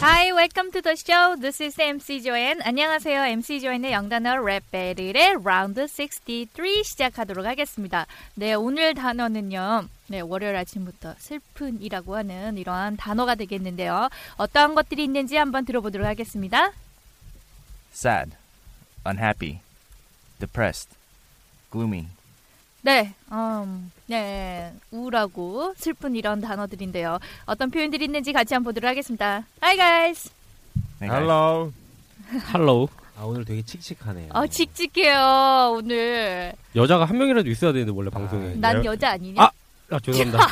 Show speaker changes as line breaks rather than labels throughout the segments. Hi, welcome to the show. This is MC Joanne. 안녕하세요. MC Joanne의 영단어 랩 배틀의 라운드 63 시작하도록 하겠습니다. 네, 오늘 단어는요. 네, 월요일 아침부터 슬픈이라고 하는 이러한 단어가 되겠는데요. 어떠한 것들이 있는지 한번 들어보도록 하겠습니다.
sad, unhappy, depressed, gloomy.
네, 음, 네, 우울하고 슬픈 이런 단어들인데요. 어떤 표현들이 있는지 같이 한번 보도록 하겠습니다. Hi, guys.
Hey, guys.
헬로
할로우. 아 오늘 되게 칙칙하네요.
어, 직직해요, 오늘.
여자가 한 명이라도 있어야 되는데 원래 방송에.
난
네.
여자 아니냐?
아 죄송합니다.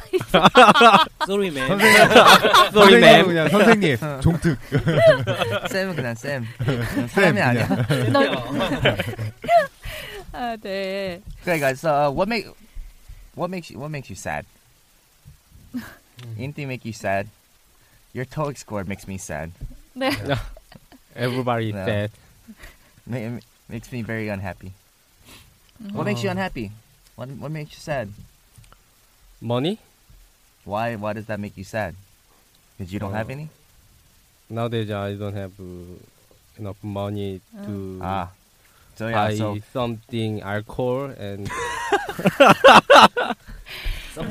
쏘리 맨.
선생님
아.
Sorry,
네.
ma'am.
선생님 그냥 선생님 예, 종특
쌤은 그냥 쌤. 그냥 사람이 아니야.
아, 네.
Okay, guys. So, uh, what make what makes you what makes you sad? Anything make you sad? Your TOEIC score makes me sad.
네.
Everybody
네.
said.
Ma- it makes me very unhappy. What makes you unhappy? What what makes you sad?
Money?
Why why does that make you sad? Because you don't have any.
Nowadays I don't have uh, enough money to
Ah. So yeah.
buy
So
something alcohol and.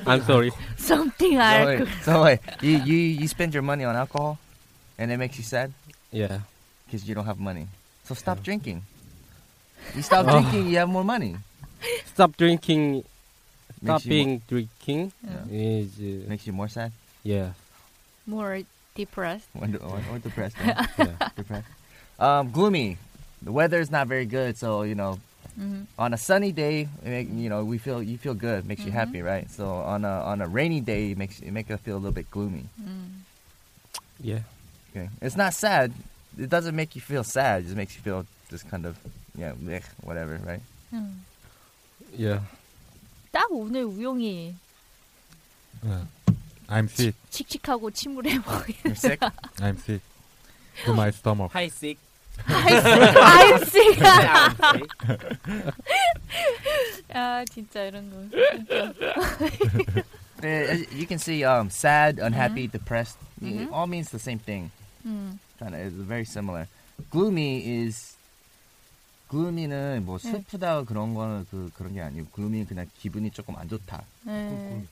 I'm sorry.
Something
so
I
wait, so wait, you you you spend your money on alcohol, and it makes you sad.
Yeah.
because you don't have money. So stop drinking. You stop drinking, you have more money.
Stop drinking.
Makes you
Stopping drinking is
mo-
uh,
makes you more sad
yeah.
more depressed.
or, or, or depressed. huh?
yeah.
depressed. Um, gloomy. The weather is not very good, so you know,
Mhm.
on a sunny day, it make, you know, we feel you feel good, makes you happy, right? So on a on a rainy day, it makes it make us feel a little bit gloomy.
Yeah.
Okay, it's not sad. It doesn't make you feel sad. It just makes you feel just kind of yeah, blech, whatever, right?
음.
Yeah.
딱 오늘 우영이
I'm sick
칙칙하고 침울해 보이는.
You're sick.
I'm sick to my stomach
하이 식.
아이씨가. 아 진짜 이런 거.
Uh, as you can see, um, sad, unhappy,
Mm-hmm.
depressed, it- it all means the same thing.
음.
Kind of, it's very similar. Gloomy is gloomy는
음.
뭐 슬프다 그런 거는 그 그런 게 아니고 gloomy 그냥 기분이 조금 안 좋다.
네.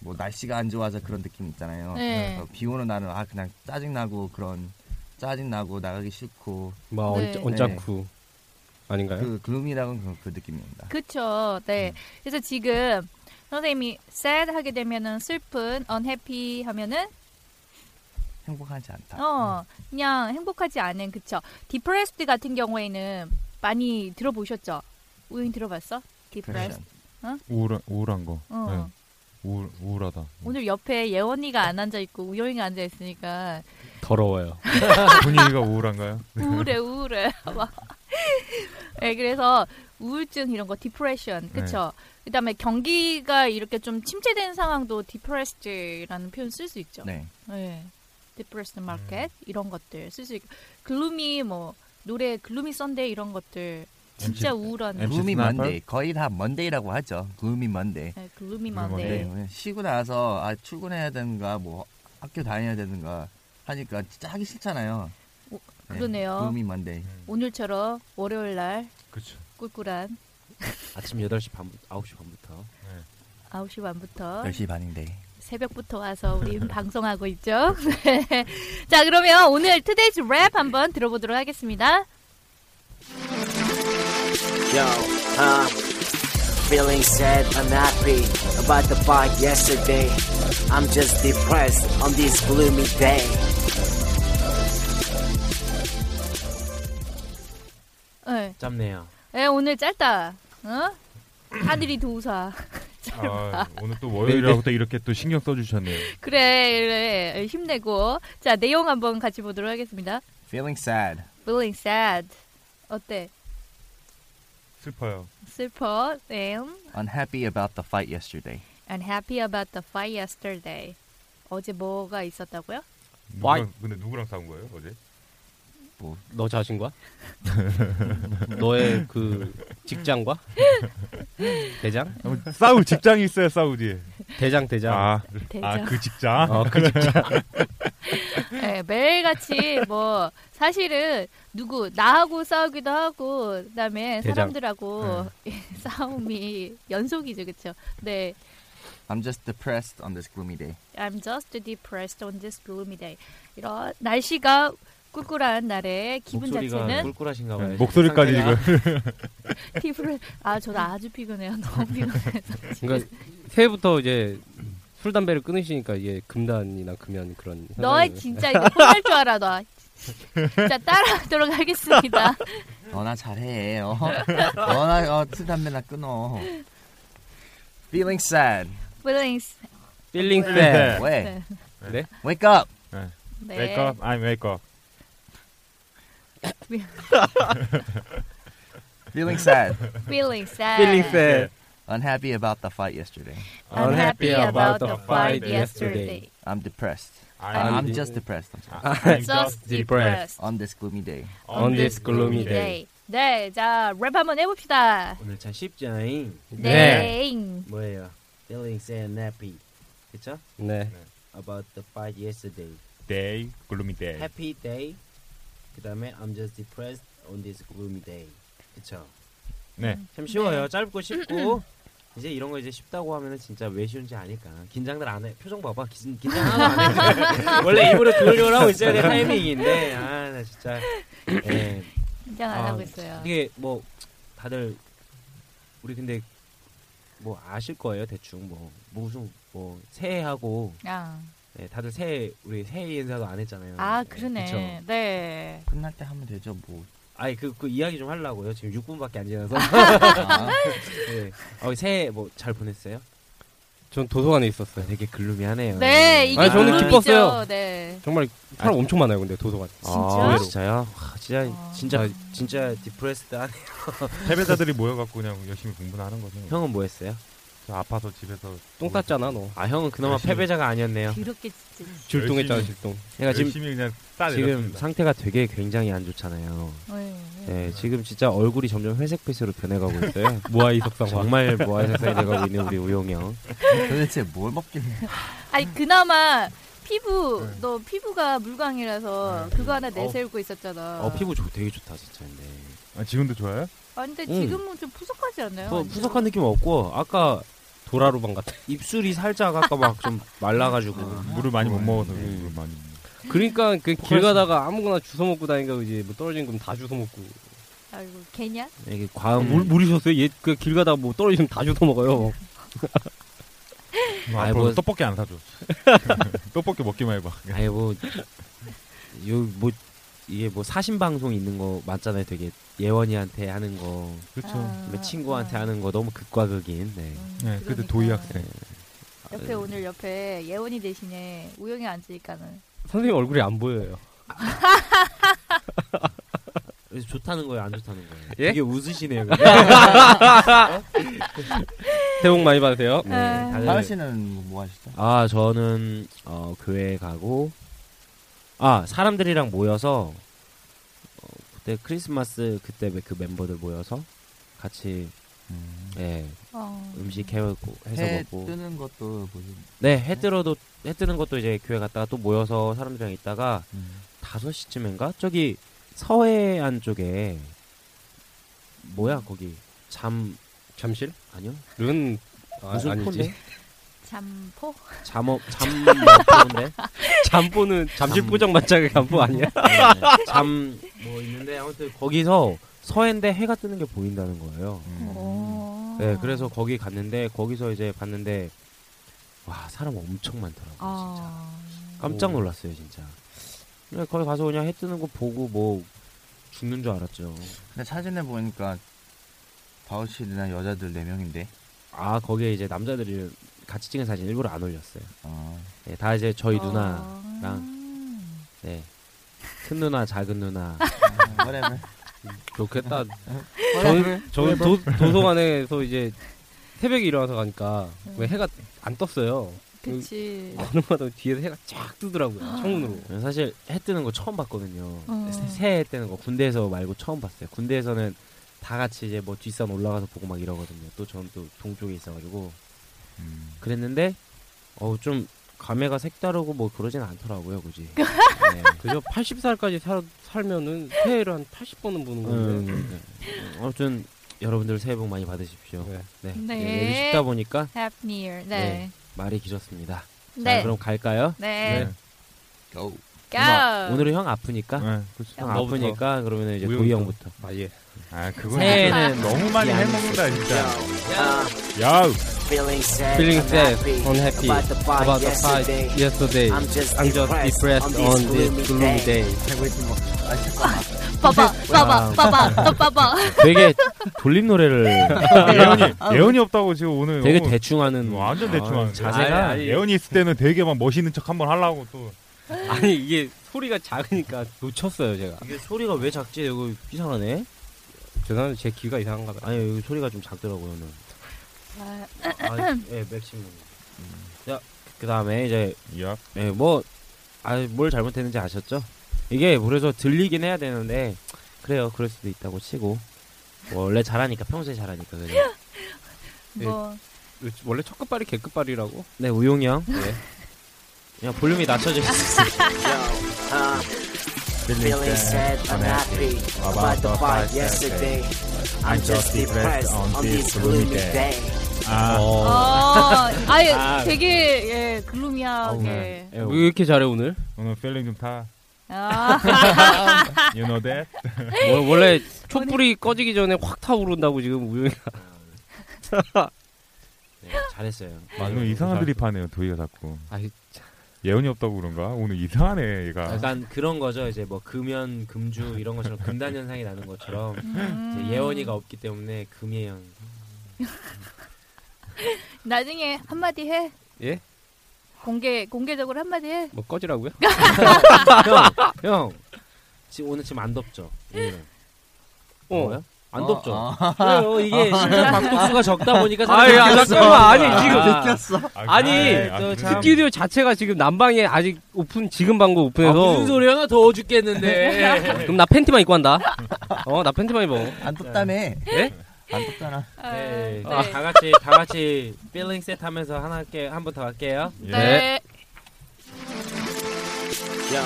뭐 날씨가 안 좋아서 그런 느낌 있잖아요.
네.
그래서 비 오는 날은 아 그냥 짜증 나고 그런 짜증 나고 나가기 싫고
뭐
네.
언- 언짢고 아닌가요?
그 gloommy라고는 그, 그 느낌입니다.
그쵸. 네. 그래서 지금 선생님이 sad 하게 되면은 슬픈, unhappy 하면은
행복하지 않다.
어, 그냥 행복하지 않은 그쵸. 디프레스드 같은 경우에는 많이 들어보셨죠? 우영이 들어봤어? 디프레스.
Depression.
우울한 우울한 거
어.
네. 우울 우울하다
오늘 옆에 예원이가 안 앉아 있고 우영이가 앉아 있으니까
더러워요.
분위기가 우울한가요?
우울해 우울해. 막. 네, 그래서 우울증 이런 거 디프레션 그쵸. 그다음에 경기가 이렇게 좀 침체된 상황도 디프레스드라는 표현 쓸 수 있죠.
네.
네. 디프레스 마켓 이런 것들 쓸 수 있고 글루미 뭐 노래 글루미 썬데이 이런 것들 진짜 우울한
MC
gloomy
스나이퍼?
Monday 거의 다 Monday라고 하죠. gloomy Monday.
네, 글루미
네.
만데
네. 쉬고 나서 아 출근해야 되는가 뭐 학교 다녀야 되는가 하니까 진짜 하기 싫잖아요.
오, 어, 그러네요.
네, 이 만데.
오늘처럼 월요일 날
그렇죠
꿀꿀한
아침 8시 반부터 9시 반부터
9시 반부터
10시 반인데.
새벽부터 와서 우리 방송하고 있죠. 네. 자, 그러면 오늘 투데이즈 랩 한번 들어보도록 하겠습니다.
Yo, huh? Feeling sad, unhappy about the bar yesterday. I'm just depressed on this gloomy day.
네.
짧네요.
예, 오늘 짧다. 어? 하늘이 도우사.
아, 오늘 또 월요일이라고 또 이렇게 또 신경 써주셨네요.
그래, 그래. 힘내고. 자, 내용 한번 같이 보도록 하겠습니다.
Feeling sad.
Feeling sad. 어때?
슬퍼요.
슬퍼. And
Unhappy about the fight yesterday.
unhappy about the fight yesterday. 어제 뭐가 있었다고요?
아, 와이.
누구랑, 근데 누구랑 싸운 거예요 어제?
너 자신과? 너의 그 직장과? 대장?
어, 싸우 직장이 있어요 싸우지.
대장 대장.
대장.
아그 직장.
어, 아. 그 직장.
네, 매일같이 뭐 사실은 누구 나하고 싸우기도 하고 그다음에
대장.
사람들하고
예.
예, 싸움이 연속이죠, 그렇죠? 네,
I'm just depressed on this gloomy day.
I'm just depressed on this gloomy day. 이런 날씨가 꿀꿀한 날에 기분
목소리가
자체는
꿀꿀하신가 봐요.
목소리까지
상태가.
지금
피부를 아 저도 아주 피곤해요, 너무
네.
피곤해서.
그러니까 새해부터 이제 술 담배를 끊으시니까 이게 금단이나 금연 그런.
너의 진짜 이거 혼날 줄 알아, 너. 자 따라하도록 하겠습니다.
너나 잘해. 어? 너나 어, 술 담배나 끊어. Feeling sad.
Feelings.
필링
네.
쌤.
왜?
네.
네?
Wake up.
네.
wake up, I'm wake up.
Feeling sad.
Feelings. 네.
필링 어, 네. 쌤.
Unhappy about the fight yesterday.
Unhappy about the fight yesterday.
I'm depressed.
I'm,
I'm
de-
just depressed. I'm sorry.
I'm
Just depressed
depressed
On this gloomy day.
On this gloomy
day. 네, 자, 랩 한번 해봅시다.
오늘 참 쉽죠잉.
네.
아.
뭐예요? Feeling sad and happy. 그쵸?
네.
About the fight yesterday.
day, gloomy day.
Happy day. 그 다음에 I'm just depressed on this gloomy day. 그쵸?
네.
참 쉬워요. 짧고 쉽고. 이제 이런 거 이제 쉽다고 하면은 진짜 왜 쉬운지 아니까 긴장들 안 해. 표정 봐봐. 긴, 긴장하고 안 해. 원래 입으로 돌려고 하고 있어야 될 타이밍인데 아 나 진짜 예.
긴장 안
아,
하고 있어요.
이게 뭐 다들 우리 근데 뭐 아실 거예요 대충 뭐 무슨 뭐 새해하고
아,
네, 다들 새해 우리 새해 인사도 안 했잖아요.
아
네,
그러네.
그쵸?
네.
끝날 때 하면 되죠, 뭐.
아니 그, 그 이야기 좀 하려고요. 지금 6분밖에 안 지나서.
아,
네. 어, 새해 뭐 잘 보냈어요?
전 도서관에 있었어요.
아, 되게 글루미하네요.
네, 이게
음. 아니, 저는
그룹이죠.
기뻤어요.
네.
정말 사람 엄청 많아요. 근데 도서관.
아,
진짜요?
진짜요? 와, 진짜
아.
진짜 진짜 디프레스다.
패배자들이 모여갖고 그냥 열심히 공부나 하는 거죠.
형은 뭐 했어요?
저 아파서 집에서
똥 땄잖아 너.
아 형은 그나마
열심히.
패배자가 아니었네요.
그렇게 진짜.
질동했잖아
열심히.
질동.
제가 지금
열심히 그냥 따
지금
내렸습니다.
상태가 되게 굉장히 안 좋잖아요.
네. 네.
네, 지금 진짜 얼굴이 점점 회색빛으로 변해가고 있어요.
모아이 석상화.
정말 모아세상이 돼가고 있는 우리 우용 형.
도대체 뭘 먹길래.
음.
아니 그나마 피부
네.
너 피부가 물광이라서 그거 하나 내세우고 있었잖아.
어 피부 좋, 되게 좋다 진짜. 근데
아, 지금도 좋아요?
아 근데
음.
지금은 좀 푸석하지 않나요?
뭐
완전?
푸석한 느낌 없고 아까
도라로방 같아.
입술이 살짝 아까 막 좀 말라가지고
물을 많이 못 먹어서 그래,
네.
물을 많이. 못 먹어서.
그러니까 그 길 가다가 아무거나 주워 먹고 다니니까 이제 뭐 떨어진 건 다 주워 먹고.
아이고 개냐?
이게 과음
아, 물 물이셨어요? 얘그길 가다가 뭐 떨어지면 다 주워 먹어요.
뭐
아이,
앞으로
뭐-
떡볶이 안 사줘. 떡볶이 먹기만 해봐.
아니 뭐 요 뭐 이게 뭐 사신 방송 있는 거 맞잖아요. 되게 예원이한테 하는 거, 뭐
그렇죠.
아,
친구한테
아.
하는 거 너무 극과 극인. 네.
음,
네, 그때
그러니까.
도희 학생.
옆에
음.
오늘 옆에 예원이 대신에 우영이 앉으니까는
선생님 얼굴이 안 보여요.
그래서 좋다는 거예요, 안 좋다는 거예요.
예?
되게 웃으시네요. 근데.
새해 복 많이 받으세요.
네,
아.
다들-
하은 씨는 뭐 하시죠?
아 저는 어, 교회 가고 아 사람들이랑 모여서 어, 그때 크리스마스 그때 그 멤버들 모여서 같이
음.
예,
어.
음식 해 먹고 해서
해
먹고
뜨는 것도 뭐지?
네 해 뜨러도 해 뜨는 것도 이제 교회 갔다가 또 모여서 사람들이랑 있다가
음.
5시쯤인가 저기 서해안 쪽에 뭐야 거기 잠
잠실?
아니요
른 아,
무슨 폰데?
아니지.
잠포?
잠업 뭐 잠포인데
잠포는 잠실포장 만장의 간포 아니야?
잠 뭐 있는데 아무튼 거기서 서해인데 해가 뜨는 게 보인다는
음.
거예요.
음.
오.
음. 네, 그래서 거기 갔는데 거기서 이제 봤는데 와 사람 엄청 많더라고요. 진짜.
아.
깜짝
오.
놀랐어요 진짜. 그냥 거기 가서 그냥 해 뜨는 거 보고 뭐 죽는 줄 알았죠.
근데 사진에 보니까 바우치드나 여자들 4명인데
아 거기에 이제 남자들이 같이 찍은 사진 일부러 안 올렸어요.
아,
네, 다 이제 저희
아.
누나랑
음.
네. 큰 누나 작은 누나
whatever.
좋겠다. 저는 저는 도, 도서관에서 이제 새벽에 일어나서 가니까 왜 해가 안 떴어요.
그치.
음.
어느 마다 뒤에서 해가 쫙 뜨더라고요. 창문으로.
저는 네, 사실 해 뜨는 거 처음 봤거든요.
어.
새- 새해 뜨는 거 군대에서 말고 처음 봤어요. 군대에서는 다 같이 이제 뭐 뒷산 올라가서 보고 막 이러거든요. 또 저는 또 동쪽에 있어가지고
음.
그랬는데 어좀 감회가 색다르고 뭐 그러진 않더라고요, 굳이. 네.
그죠? 80살까지 살, 살면은 새해를 한 80번은 보는 건데.
음, 네. 아무튼 여러분들 새해 복 많이 받으십시오.
네.
네.
네.
네, 얘기 쉽다 보니까
Happy New Year.
네.
네.
말이 길었습니다. 자,
네.
그럼 갈까요?
네.
네.
고.
Go.
오늘은 형 아프니까.
네, 그렇죠.
형
너부터.
아프니까 그러면 이제
우영부터.
고이 형부터.
아 예.
아 그건
새해는
너무 많이
야.
해먹는다 진짜.
Uh,
야우.
feeling sad,
Feeling
unhappy
sad, unhappy
about the fight
about the fight
yesterday.
yesterday.
I'm just
I'm just
depressed
depressed on this gloomy day.
아.
빠바, 빠바, 빠바, 또 빠바.
되게 돌림 노래를
아,
네,
네.
예언이 예언이 없다고 지금 오늘
뭐,
되게
너무
대충 하는
완전 대충 하는데.
자세가
아니, 아니.
예언이 있을 때는 되게 막 멋있는 척 한번 하려고 또
아니 이게 소리가 작으니까 놓쳤어요 제가.
이게 소리가 왜 작지? 이거 이상하네.
죄송한데 제 귀가 이상한가 봐요.
아니 여기 소리가 좀 작더라고요. 오늘.
아,
아, 예, 맥심. 음. 자, 그다음에 이제
야.
예, 뭐 아, 뭘 잘못했는지 아셨죠? 이게 그래서 들리긴 해야 되는데 그래요. 그럴 수도 있다고 치고. 원래 잘하니까 평소에 잘하니까 그죠?
뭐.
원래 첫 끝발이 개 끝발이라고.
네, 우용이 형.
네.
그냥 볼륨이 낮춰져 있어.
Uh, feeling sad, unhappy about the fight yesterday. I'm just depressed on this gloomy day.
어, 아유, 되게, 예, 글루미하게.
예,
그
왜 이렇게 잘해 오늘?
오늘 필링 좀 타.
아,
You know that?
뭐, 원- 원래 촛불이 꺼지기 전에 확 타오른다고 지금 우영이
네, 잘했어요.
오늘 아, 이상한 드립하네요. 도희가 자꾸.
아,
예언이 없다고 그런가? 오늘 이상하네 얘가.
약간 그런 거죠. 이제 뭐 금연, 금주 이런 것처럼 금단 현상이 나는 것처럼
음.
이제 예원이가 없기 때문에 금예현.
나중에 한마디 해.
예?
공개, 공개적으로 한마디 해.
뭐 꺼지라고요?
형, 형. 지금 오늘 지금 안 덥죠? 오늘은. 뭐야? 안 덥죠? 그래요. 이게 진짜 박독수가 적다 보니까
아니, 아, 잠깐만. 아니, 지금 아니,
저 참-
스튜디오 자체가 지금 난방에 아직 오픈 지금 방금
아,
오픈해서
무슨 소리야? 나 더워 죽겠는데. 네.
그럼 나 팬티만 입고 한다. 어, 나 팬티만 입어.
안 떴다며.
예?
안 떴잖아.
네,
네.
아, 다 같이 다 같이 필링 셋 하면서 하나 할게 한번 더 할게요.
네.
Yo,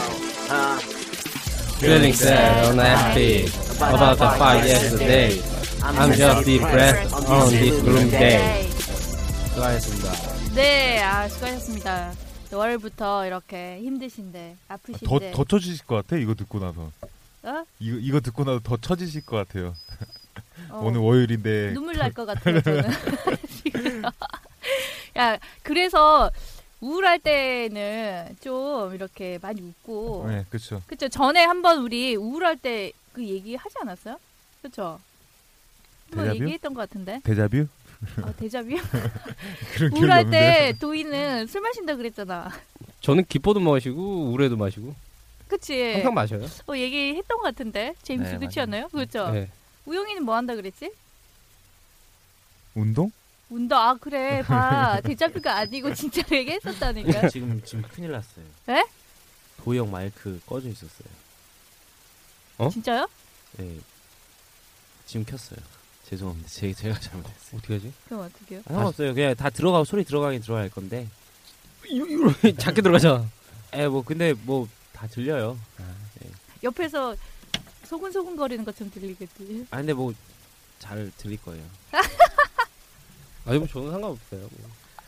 uh,
Feeling sad, unhappy about the fight yesterday. I'm just depressed on this gloomy day.
네.
수고하셨습니다.
네, 아, 수고하셨습니다. 월부터 이렇게 힘드신데, 아프신데.
더더 쳐지실 것 같아. 이거 듣고 나서.
어?
이거 이거 듣고 나서 더 쳐지실 것 같아요.
어,
오늘 월요일인데.
눈물 날 것 같아요, 저는. 지금. 야, 그래서 우울할 때는 좀 이렇게 많이 웃고.
네, 그렇죠.
그쵸, 전에 한번 우리 우울할 때 그 얘기 하지 않았어요? 그쵸? 한번
데자뷰?
얘기했던 것 같은데.
데자뷰?
아, 데자뷰?
그런 기억이
우울할
없는데.
때 도희는 술 마신다 그랬잖아.
저는 기뻐도 마시고 우울해도 마시고
그치?
항상 마셔요.
어, 얘기했던 것 같은데. 제임스
네,
그치 않나요? 그렇죠?
네.
우영이는 뭐 한다 그랬지?
운동?
운동 아 그래 봐 데자뷰가 아니고 진짜 로 얘기했었다니까
지금 지금 큰일 났어요.
에?
도형 마이크 꺼져 있었어요.
어?
진짜요?
네. 지금 켰어요. 죄송합니다. 제, 제가 잘못했어요.
어떻게 하지?
그럼 어떡해요?
아, 상관없어요. 그냥 다 들어가고 소리 들어가긴 들어갈 건데.
작게 들어가자.
에, 뭐 근데 뭐 다 들려요.
옆에서 소근소근 거리는 것처럼 들리겠지
아 근데 뭐 잘 들릴 거예요.
아니 뭐 저는 상관없어요.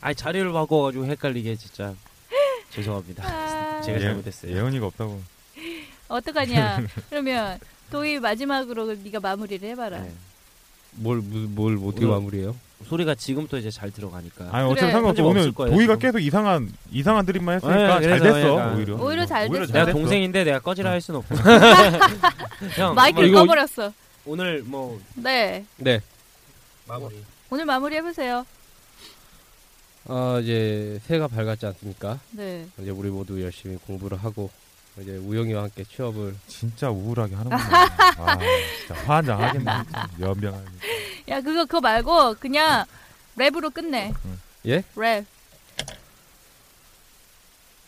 아니 자리를 바꿔가지고 헷갈리게 진짜
아.
죄송합니다. 제가 잘못했어요.
네, 예언이가 없다고.
어떡하냐? 그러면 도희 마지막으로 네가 마무리를 해봐라.
네.
뭘뭘 뭘, 어떻게
오늘-
마무리해요?
소리가 지금부터 이제 잘 들어가니까.
예. 아니 어차피
그래.
상관없어.
편집 없을
오늘
거예요,
도희가
지금.
계속 이상한 이상한 드립만 했으니까
네,
잘
그래서
됐어
약간.
오히려.
오히려 잘 됐어.
잘
내가
네? 됐어.
동생인데 내가 꺼지라 할 순 없고. 형
마이크를
이거-
꺼버렸어.
오늘 뭐
네.
네.
마무리.
오늘 마무리 해보세요.
아 이제 새해가 밝았지 않습니까?
네.
이제 우리 모두 열심히 공부를 하고 이제 우영이와 함께 취업을
진짜 우울하게 하는구나. 아, 진짜 화한장 하겠네. 진짜. 연병하게.
야 그거 그거 말고 그냥 랩으로 끝내.
예?
랩.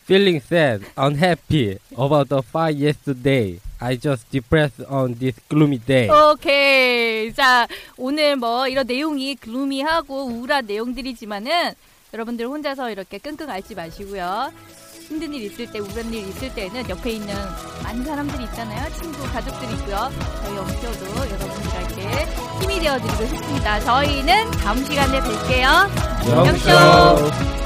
Feeling sad, unhappy about the fire yesterday. I just depressed on this gloomy day.
오케이. 자 오늘 뭐 이런 내용이 글루미하고 우울한 내용들이지만은 여러분들 혼자서 이렇게 끙끙 앓지 마시고요. 힘든 일 있을 때, 우울한 일 있을 때는 옆에 있는 많은 사람들이 있잖아요. 친구, 가족들이 있고요. 저희 엄쇼도 여러분들에게 힘이 되어드리고 싶습니다. 저희는 다음 시간에 뵐게요.
영쇼.
영쇼.